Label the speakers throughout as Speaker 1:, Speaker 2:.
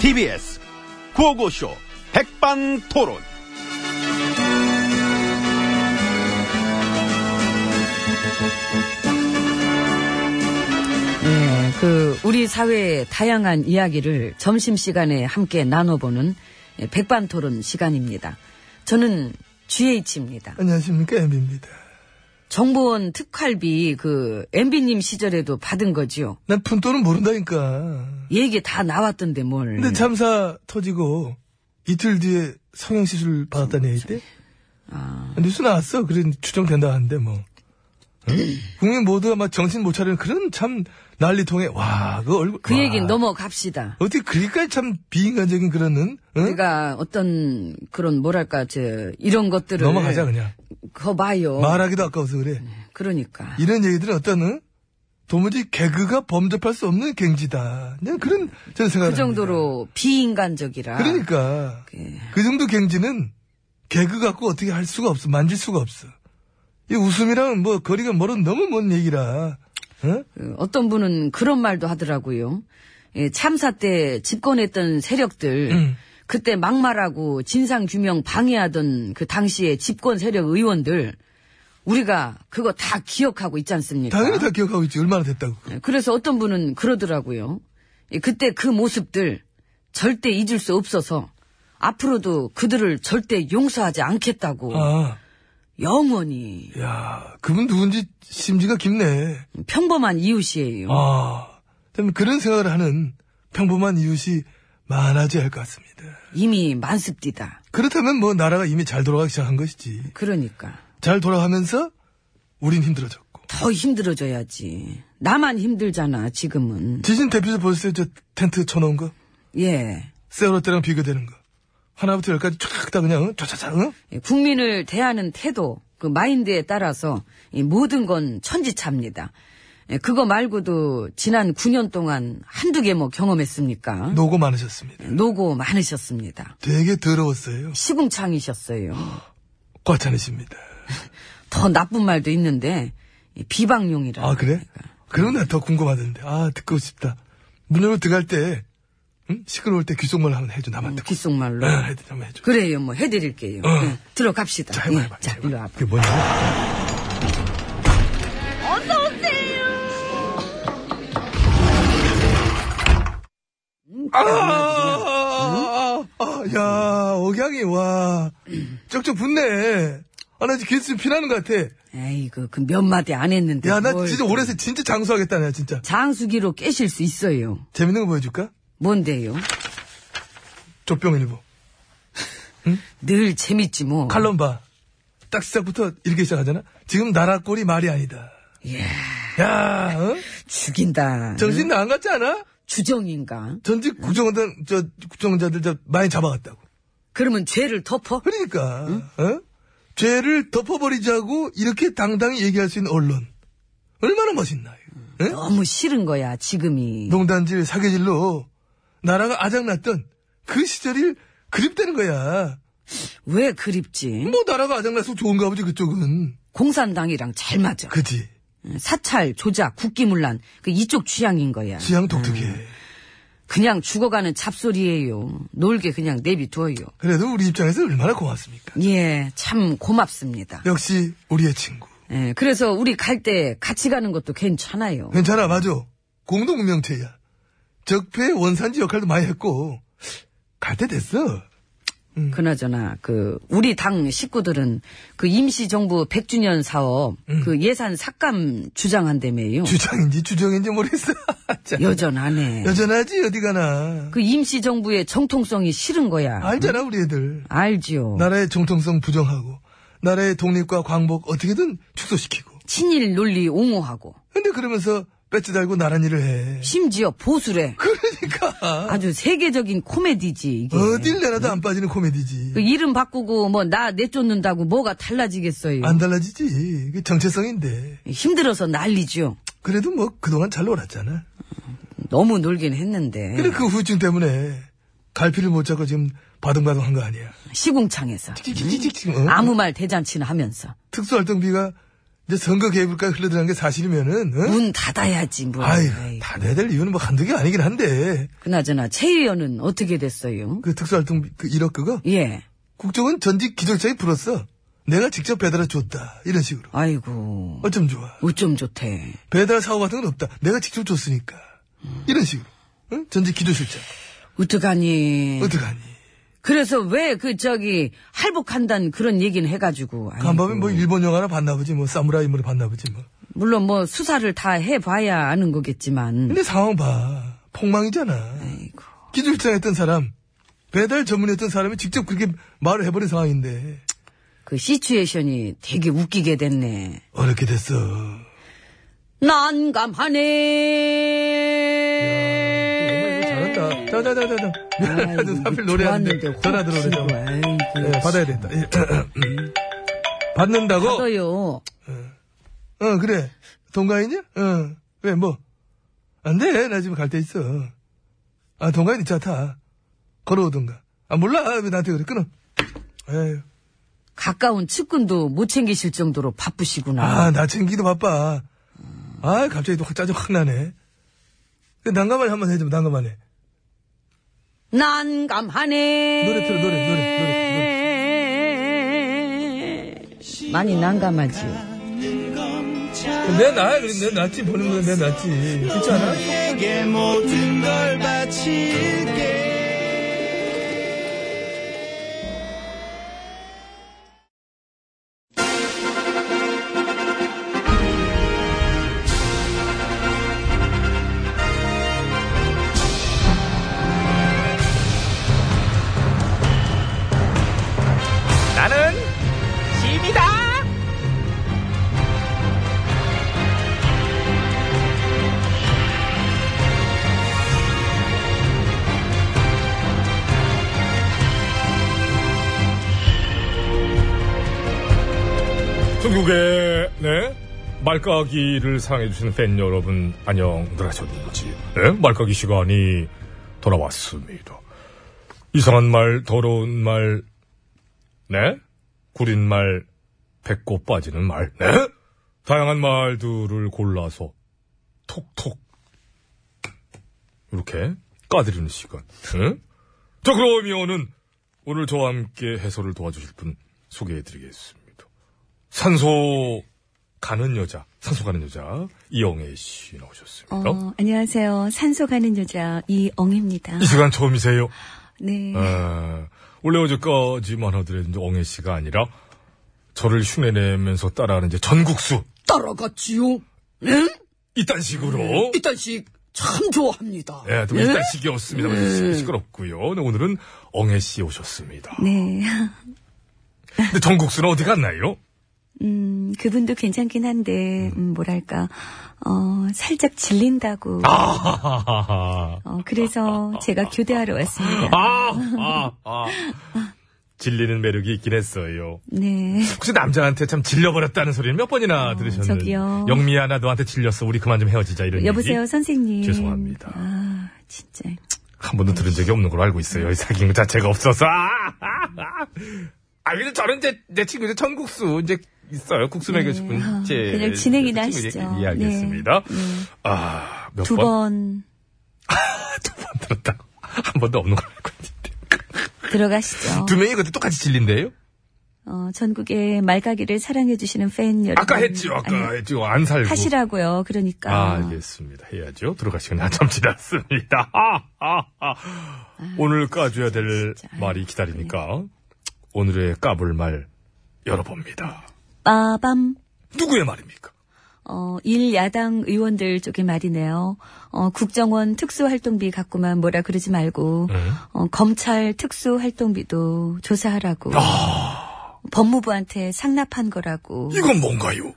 Speaker 1: TBS 구호고쇼 백반토론.
Speaker 2: 네, 그 우리 사회의 다양한 이야기를 점심 시간에 함께 나눠보는 백반토론 시간입니다. 저는 GH입니다.
Speaker 3: 안녕하십니까 엠비입니다.
Speaker 2: 정보원 특활비 그 MB님 시절에도 받은 거지요.
Speaker 3: 난 푼돈은 모른다니까.
Speaker 2: 얘기 다 나왔던데 뭘?
Speaker 3: 근데 참사 터지고 이틀 뒤에 성형 시술 받았다는 얘기 때
Speaker 2: 아.
Speaker 3: 뉴스 나왔어. 그래 추정된다 하는데 뭐 국민 모두가 막 정신 못 차리는 그런 참 난리통에 와그 얼굴
Speaker 2: 그
Speaker 3: 와.
Speaker 2: 얘기는 넘어갑시다.
Speaker 3: 어떻게 그렇게까지 참 비인간적인 그런 응?
Speaker 2: 우리가 어떤 그런 뭐랄까 저 이런 것들을
Speaker 3: 넘어가자 그냥
Speaker 2: 거 봐요.
Speaker 3: 말하기도 아까워서 그래.
Speaker 2: 그러니까
Speaker 3: 이런 얘기들은 어떤 응? 도무지 개그가 범접할 수 없는 갱지다. 그냥 그런 저는 생각을
Speaker 2: 그 정도로 비인간적이라.
Speaker 3: 합니다. 그러니까
Speaker 2: 그-
Speaker 3: 그 정도 갱지는 개그 갖고 어떻게 할 수가 없어. 만질 수가 없어. 이 웃음이랑 뭐 거리가 멀은 너무 먼 얘기라. 어? 응?
Speaker 2: 그 어떤 분은 그런 말도 하더라고요. 예, 참사 때 집권했던 세력들
Speaker 3: 음.
Speaker 2: 그때 막말하고 진상 규명 방해하던 그 당시의 집권 세력 의원들 우리가 그거 다 기억하고 있지 않습니까?
Speaker 3: 당연히 다 기억하고 있지. 얼마나 됐다고.
Speaker 2: 예, 그래서 어떤 분은 그러더라고요. 예, 그때 그 모습들 절대 잊을 수 없어서 앞으로도 그들을 절대 용서하지 않겠다고
Speaker 3: 아,
Speaker 2: 영원히
Speaker 3: 예. 야, 그분 누군지 심지가 깊네.
Speaker 2: 평범한 이웃이에요.
Speaker 3: 아, 참 그런 생각을 하는 평범한 이웃이 많아져야 할 것 같습니다.
Speaker 2: 이미 만습디다.
Speaker 3: 그렇다면 뭐 나라가 이미 잘 돌아가기 시작한 것이지.
Speaker 2: 그러니까.
Speaker 3: 잘 돌아가면서 우린 힘들어졌고.
Speaker 2: 더 힘들어져야지. 나만 힘들잖아, 지금은.
Speaker 3: 지진 대표자 보셨어요? 저 텐트 쳐놓은 거?
Speaker 2: 예.
Speaker 3: 세월호 때랑 비교되는 거. 하나부터 열까지 쫙 다 그냥, 응? 쫙쫙쫙, 응?
Speaker 2: 예, 국민을 대하는 태도, 그 마인드에 따라서 이 모든 건 천지차입니다. 예, 그거 말고도 지난 9년 동안 한두 개 뭐 경험했습니까?
Speaker 3: 노고 많으셨습니다.
Speaker 2: 노고 많으셨습니다.
Speaker 3: 되게 더러웠어요.
Speaker 2: 시궁창이셨어요.
Speaker 3: 과찬이십니다.
Speaker 2: 더 나쁜 말도 있는데, 이 비방용이라.
Speaker 3: 아, 그래? 그럼 나 더 궁금하던데. 아, 듣고 싶다. 문 열고 들어갈 때, 응? 시끄러울 때 귀속말 한번 해줘. 나만 듣고.
Speaker 2: 귓속말로.
Speaker 3: 응, 해줘. 한번 해줘.
Speaker 2: 그래요, 뭐 해드릴게요. 예, 들어갑시다.
Speaker 3: 어. 자, 해봐,
Speaker 2: 예,
Speaker 3: 해봐.
Speaker 2: 자,
Speaker 3: 해봐.
Speaker 2: 일로 와봐.
Speaker 3: 그게 뭐냐? 아, 아, 아, 야, 억양이, 와. 쩍쩍 붙네. 아, 나 지금 개수 피나는 것 같아.
Speaker 2: 에이그, 그 몇 마디 안 했는데.
Speaker 3: 야, 나
Speaker 2: 뭘
Speaker 3: 진짜
Speaker 2: 그-
Speaker 3: 올해서 진짜 장수하겠다, 나 진짜.
Speaker 2: 장수기로 깨실 수 있어요.
Speaker 3: 재밌는 거 보여줄까?
Speaker 2: 뭔데요?
Speaker 3: 조병일보.
Speaker 2: 늘 재밌지 뭐.
Speaker 3: 칼럼 봐. 딱 시작부터 이렇게 시작하잖아? 지금 나라 꼴이 말이 아니다.
Speaker 2: 이야,
Speaker 3: 야, 어?
Speaker 2: 죽인다.
Speaker 3: 정신 나안 갔지 않아?
Speaker 2: 주정인가?
Speaker 3: 전직 국정원장, 저, 국정원자들 저 많이 잡아갔다고.
Speaker 2: 그러면 죄를 덮어?
Speaker 3: 그러니까, 어? 죄를 덮어버리자고 이렇게 당당히 얘기할 수 있는 언론. 얼마나 멋있나, 이
Speaker 2: 너무 싫은 거야, 지금이.
Speaker 3: 농단질, 사계질로 나라가 아장났던 그 시절이 그립다는 거야.
Speaker 2: 왜 그립지?
Speaker 3: 뭐 나라가 아장나서 좋은가 보지, 그쪽은.
Speaker 2: 공산당이랑 잘 맞아.
Speaker 3: 그지.
Speaker 2: 사찰, 조작, 국기문란. 그 이쪽 취향인 거야.
Speaker 3: 지향 독특해.
Speaker 2: 그냥 죽어가는 잡소리예요. 놀게 그냥 내비둬요.
Speaker 3: 그래도 우리 입장에서 얼마나 고맙습니까?
Speaker 2: 예, 참
Speaker 3: 그-
Speaker 2: 고맙습니다.
Speaker 3: 역시 우리의 친구.
Speaker 2: 예, 그래서 우리 갈 때 같이 가는 것도 괜찮아요.
Speaker 3: 괜찮아, 맞아. 공동명체야. 적폐 원산지 역할도 많이 했고, 갈 때 됐어.
Speaker 2: 음. 그나저나 그 우리 당 식구들은 그 임시정부 100주년 사업 그 예산 삭감 주장한다며요.
Speaker 3: 주장인지 주정인지 모르겠어. 자,
Speaker 2: 여전하네.
Speaker 3: 여전하지, 어디 가나.
Speaker 2: 그 임시정부의 정통성이 싫은 거야.
Speaker 3: 알잖아, 우리 애들.
Speaker 2: 알지요.
Speaker 3: 나라의 정통성 부정하고, 나라의 독립과 광복 어떻게든 축소시키고.
Speaker 2: 친일 논리 옹호하고
Speaker 3: 근데 그러면서 배지 달고 나란 일을 해.
Speaker 2: 심지어 보수래.
Speaker 3: 그- 그러니까.
Speaker 2: 아주 세계적인 코미디지 이게.
Speaker 3: 어딜 내놔도 안 빠지는 코미디지.
Speaker 2: 그 이름 바꾸고 뭐 나 내쫓는다고 뭐가 달라지겠어요.
Speaker 3: 안 달라지지. 그 정체성인데.
Speaker 2: 힘들어서 난리죠.
Speaker 3: 그래도 뭐 그동안 잘 놀았잖아.
Speaker 2: 너무 놀긴 했는데
Speaker 3: 근데 그 후유증 때문에 갈피를 못 잡고 지금 바둥바둥한 거 아니야.
Speaker 2: 시궁창에서
Speaker 3: 찍찍찍찍. 어?
Speaker 2: 아무 말 대잔치나 하면서
Speaker 3: 특수활동비가 이제 선거 개입을까지 흘러드는 게 사실이면은, 응?
Speaker 2: 문 닫아야지 뭐.
Speaker 3: 어? 아유,
Speaker 2: 아이,
Speaker 3: 닫아야 될 이유는 뭐 한두 개 아니긴 한데,
Speaker 2: 그나저나 최 의원은 어떻게 됐어요?
Speaker 3: 그 특수활동 그 1억 그거?
Speaker 2: 예.
Speaker 3: 국정은 전직 기절차에 불었어. 내가 직접 배달해 줬다. 이런 식으로.
Speaker 2: 아이고.
Speaker 3: 어쩜 좋아.
Speaker 2: 어쩜 좋대.
Speaker 3: 배달 사고 같은 건 없다. 내가 직접 줬으니까. 이런 식으로. 응? 전직 기조실장.
Speaker 2: 어떡하니.
Speaker 3: 어떡하니.
Speaker 2: 그래서 왜 그 저기 할복한다는 그런 얘기는 해가지고. 아이고.
Speaker 3: 간밤에 뭐 일본 영화나 봤나 보지. 뭐 사무라이물을 봤나 보지. 뭐.
Speaker 2: 물론 뭐 수사를 다 해봐야 아는 거겠지만.
Speaker 3: 근데 상황 봐. 폭망이잖아.
Speaker 2: 아이고.
Speaker 3: 기조실장 했던 사람. 배달 전문했던 사람이 직접 그렇게 말을 해버린 상황인데.
Speaker 2: 그 시츄에이션이 되게 웃기게 됐네.
Speaker 3: 어렵게 됐어.
Speaker 2: 난감하네.
Speaker 3: 정말 이거 잘한다. 자, 자, 자, 자, 자.
Speaker 2: 아이고,
Speaker 3: 하필 노래하는데
Speaker 2: 좋았는데
Speaker 3: 전화
Speaker 2: 혹시
Speaker 3: 들어오네.
Speaker 2: 뭐, 아이고,
Speaker 3: 예, 받아야 된다. 예. 받는다고?
Speaker 2: 받아요.
Speaker 3: 어, 그래. 동가인이야? 어. 왜, 뭐? 안 돼. 나 지금 갈 데 있어. 아, 동가인 있자, 타. 걸어오던가. 아, 몰라. 왜 나한테 그래. 끊어. 에휴.
Speaker 2: 가까운 측근도 못 챙기실 정도로 바쁘시구나.
Speaker 3: 아, 나 챙기기도 바빠. 아, 갑자기 또 확 짜증 확 나네. 근데 난감하네 한번 해줘, 난감하네.
Speaker 2: 난감하네.
Speaker 3: 노래 틀어, 노래, 노래,
Speaker 2: 많이 난감하지요.
Speaker 3: 내 나야, 그래. 내 낫지. 보는 거는 내 낫지. 그렇지 않아?
Speaker 4: 내게 모든 걸 바칠게
Speaker 1: 나는 짐이다.
Speaker 5: 전국의 네 말까기를 사랑해 주시는 팬 여러분 안녕들 하셨는지 네 말까기 시간이 돌아왔습니다. 이상한 말, 더러운 말, 네 구린 말, 배꼽 빠지는 말, 네 다양한 말들을 골라서 톡톡 이렇게 까드리는 시간. 네? 자 그러면은 오늘 저와 함께 해설을 도와주실 분 소개해드리겠습니다. 산소 가는 여자, 산소 가는 여자 이영애 씨 나오셨습니다.
Speaker 6: 어, 안녕하세요. 산소 가는 여자 이엉입니다.
Speaker 5: 이 시간 처음이세요?
Speaker 6: 네.
Speaker 5: 아, 원래 어제까지만 하더라도 이제 엉애 씨가 아니라 저를 흉내내면서 따라하는 이제 전국수
Speaker 2: 따라갔지요. 응?
Speaker 5: 이딴 식으로
Speaker 6: 음.
Speaker 2: 이딴식 참 좋아합니다.
Speaker 5: 예, 또 이딴 식이었습니다.
Speaker 6: 예.
Speaker 5: 만 시끄럽고요. 네, 오늘은 엉애 씨 오셨습니다.
Speaker 6: 네.
Speaker 5: 근데 전국수는 어디 갔나요?
Speaker 6: 음, 그분도 괜찮긴 한데, 음, 뭐랄까, 어, 살짝 질린다고.
Speaker 5: 아! 아하하하.
Speaker 6: 어, 그래서 제가 교대하러 왔습니다.
Speaker 5: 아, 아, 아. 질리는 매력이 있긴 했어요.
Speaker 6: 네.
Speaker 5: 혹시 남자한테 참 질려버렸다는 소리를 몇 번이나 들으셨는지.
Speaker 6: 어, 저기요.
Speaker 5: 영미야, 나 너한테 질렸어. 우리 그만 좀 헤어지자. 이런
Speaker 6: 여보세요,
Speaker 5: 얘기.
Speaker 6: 선생님.
Speaker 5: 네. 죄송합니다.
Speaker 6: 아, 진짜.
Speaker 5: 한 번도 들은 적이 없는 걸로 알고 있어요. 이 사귄 거 자체가 없어서. 아, 아, 아. 아, 근데 저는 이제 내 친구 이제 천국수 이제 있어요. 국수 먹여줄 분.
Speaker 6: 아,
Speaker 5: 제
Speaker 6: 그냥 진행이나
Speaker 5: 제 친구 이제
Speaker 6: 하시죠.
Speaker 5: 이해하겠습니다.
Speaker 6: 네, 네.
Speaker 5: 예, 아, 몇
Speaker 6: 두
Speaker 5: 번?
Speaker 6: 번
Speaker 5: 두 번 들었다고. 한 번도 없는 걸로 알고 있는데.
Speaker 6: 들어가시죠.
Speaker 5: 두 명이 그때 똑같이 질린대요?
Speaker 6: 어, 전국의 말가기를 사랑해주시는 팬 여러분.
Speaker 5: 아까 했죠. 아까
Speaker 6: 아니,
Speaker 5: 했죠. 안 살고.
Speaker 6: 하시라고요. 그러니까.
Speaker 5: 아, 알겠습니다. 해야죠. 들어갈 시간이 한참 지났습니다. 아, 아, 아. 오늘 까줘야 될
Speaker 6: 진짜.
Speaker 5: 말이 기다리니까 오늘의 까불 말 열어봅니다.
Speaker 6: 빠밤.
Speaker 5: 누구의 말입니까?
Speaker 6: 어, 일 야당 의원들 쪽의 말이네요. 어, 국정원 특수활동비 갖고만 뭐라 그러지 말고, 어, 검찰 특수활동비도 조사하라고. 법무부한테 상납한 거라고.
Speaker 5: 이건 뭔가요?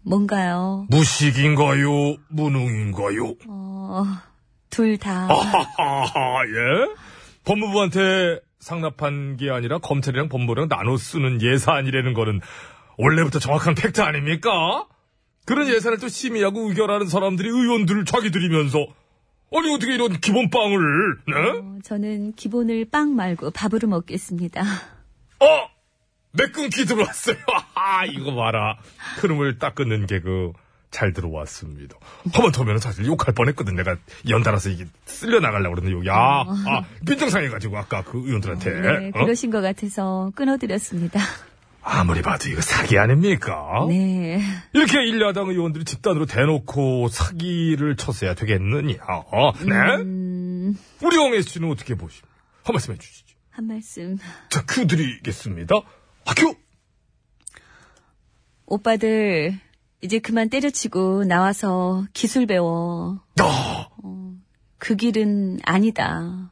Speaker 6: 뭔가요?
Speaker 5: 무식인가요? 무능인가요?
Speaker 6: 어, 둘 다.
Speaker 5: 아. 하하하, 예? 법무부한테 상납한 게 아니라 검찰이랑 법무부랑 나눠 쓰는 예산이라는 거는 원래부터 정확한 팩트 아닙니까? 그런 예산을 또 심의하고 의결하는 사람들이 의원들을 자기들이면서 아니 어떻게 이런 기본 빵을 네?
Speaker 6: 어, 저는 기본을 빵 말고 밥으로 먹겠습니다.
Speaker 5: 어? 매끈기 들어왔어요. 아, 이거 봐라. 흐름을 딱 끊는 개그. 잘 들어왔습니다. 하마터면 사실 욕할 뻔했거든. 내가 연달아서 이게 쓸려 나가려고 그러는데 욕이. 아, 아, 빈정상해가지고 아까 그 의원들한테.
Speaker 6: 네,
Speaker 5: 어?
Speaker 6: 그러신 것 같아서 끊어드렸습니다.
Speaker 5: 아무리 봐도 이거 사기 아닙니까?
Speaker 6: 네.
Speaker 5: 이렇게 일야당 의원들이 집단으로 대놓고 사기를 쳤어야 되겠느냐. 네?
Speaker 6: 음.
Speaker 5: 우리 영애 씨는 어떻게 보십니까? 한 말씀 해주시죠.
Speaker 6: 한 말씀.
Speaker 5: 자, 큐 드리겠습니다. 아, 큐!
Speaker 6: 오빠들, 이제 그만 때려치고 나와서 기술 배워.
Speaker 5: 아,
Speaker 6: 그 길은 아니다.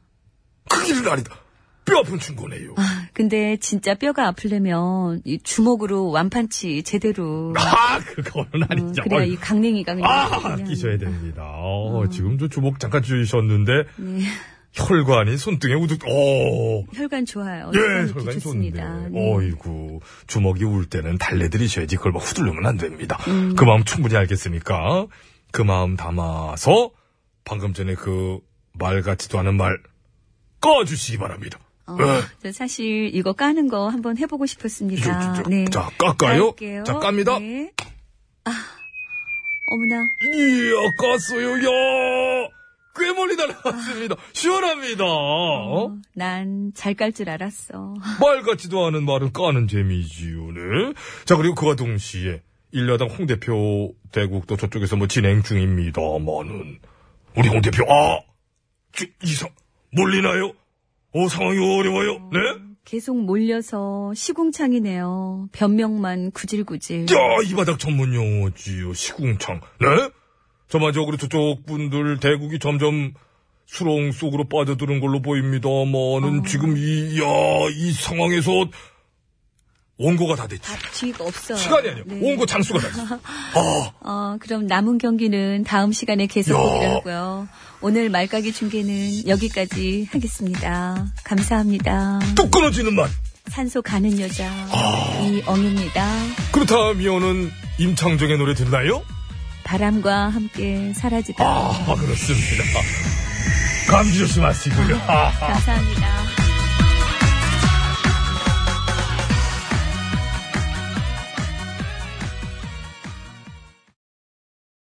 Speaker 5: 그 길은 아니다. 뼈 아픈 충고네요.
Speaker 6: 아, 근데 진짜 뼈가 아프려면 이 주먹으로 완판치 제대로.
Speaker 5: 아, 그거는 아니죠.
Speaker 6: 음, 그래야 이 강냉이가 그냥.
Speaker 5: 아,
Speaker 6: 그냥- 음.
Speaker 5: 끼셔야 됩니다. 어, 지금 저 주먹 잠깐 주셨는데,
Speaker 6: 네.
Speaker 5: 혈관이 손등에 우득, 어,
Speaker 6: 혈관 좋아요.
Speaker 5: 예, 혈관이
Speaker 6: 혈관이
Speaker 5: 좋은데.
Speaker 6: 좋습니다. 음, 네.
Speaker 5: 어이구, 주먹이 울 때는 달래드리셔야지 그걸 막 후들르면 안 됩니다. 그 마음 충분히 알겠으니까, 그 마음 담아서, 방금 전에 그, 말 같지도 않은 말, 꺼주시기 바랍니다.
Speaker 6: 어,
Speaker 5: 예.
Speaker 6: 저 사실 이거 까는 거 한번 해보고 싶었습니다.
Speaker 5: 이거 진짜-
Speaker 6: 네.
Speaker 5: 자, 깎아요.
Speaker 6: 깔게요.
Speaker 5: 자, 깝니다.
Speaker 6: 네. 아, 어머나.
Speaker 5: 이야, 깠어요, 야! 꽤 멀리 날아갔습니다. 시원합니다. 어?
Speaker 6: 음. 난 잘 깔 줄 알았어.
Speaker 5: 말 같지도 않은 말은 까는 재미지요, 네? 자, 그리고 그와 동시에, 일야당 홍 대표 대국도 저쪽에서 뭐 진행 중입니다만은, 우리 홍 대표, 아! 지- 이상, 몰리나요? 어, 상황이 어려워요, 네?
Speaker 6: 계속 몰려서 시궁창이네요. 변명만 구질구질.
Speaker 5: 야, 이 바닥 전문 용어지요, 시궁창, 네? 저마저그로 저쪽 분들 대국이 점점 수렁 속으로 빠져드는 걸로 보입니다만은, 지금 이, 야, 이 상황에서 원고가 다 됐지.
Speaker 6: 앞 뒤가 없어요.
Speaker 5: 시간이 아니야.
Speaker 6: 아, 네.
Speaker 5: 온거 장수가 나지. 아,
Speaker 6: 어, 그럼 남은 경기는 다음 시간에 계속
Speaker 5: 야.
Speaker 6: 보기로 하고요. 오늘 말까기 중계는 여기까지 하겠습니다. 감사합니다.
Speaker 5: 또 끊어지는 말.
Speaker 6: 산소 가는 여자 이엉입니다.
Speaker 5: 그렇다면은 임창정의 노래 듣나요?
Speaker 6: 바람과 함께 사라지다.
Speaker 5: 아, 그렇습니다. 감기 조심하시고요. 아.
Speaker 6: 감사합니다.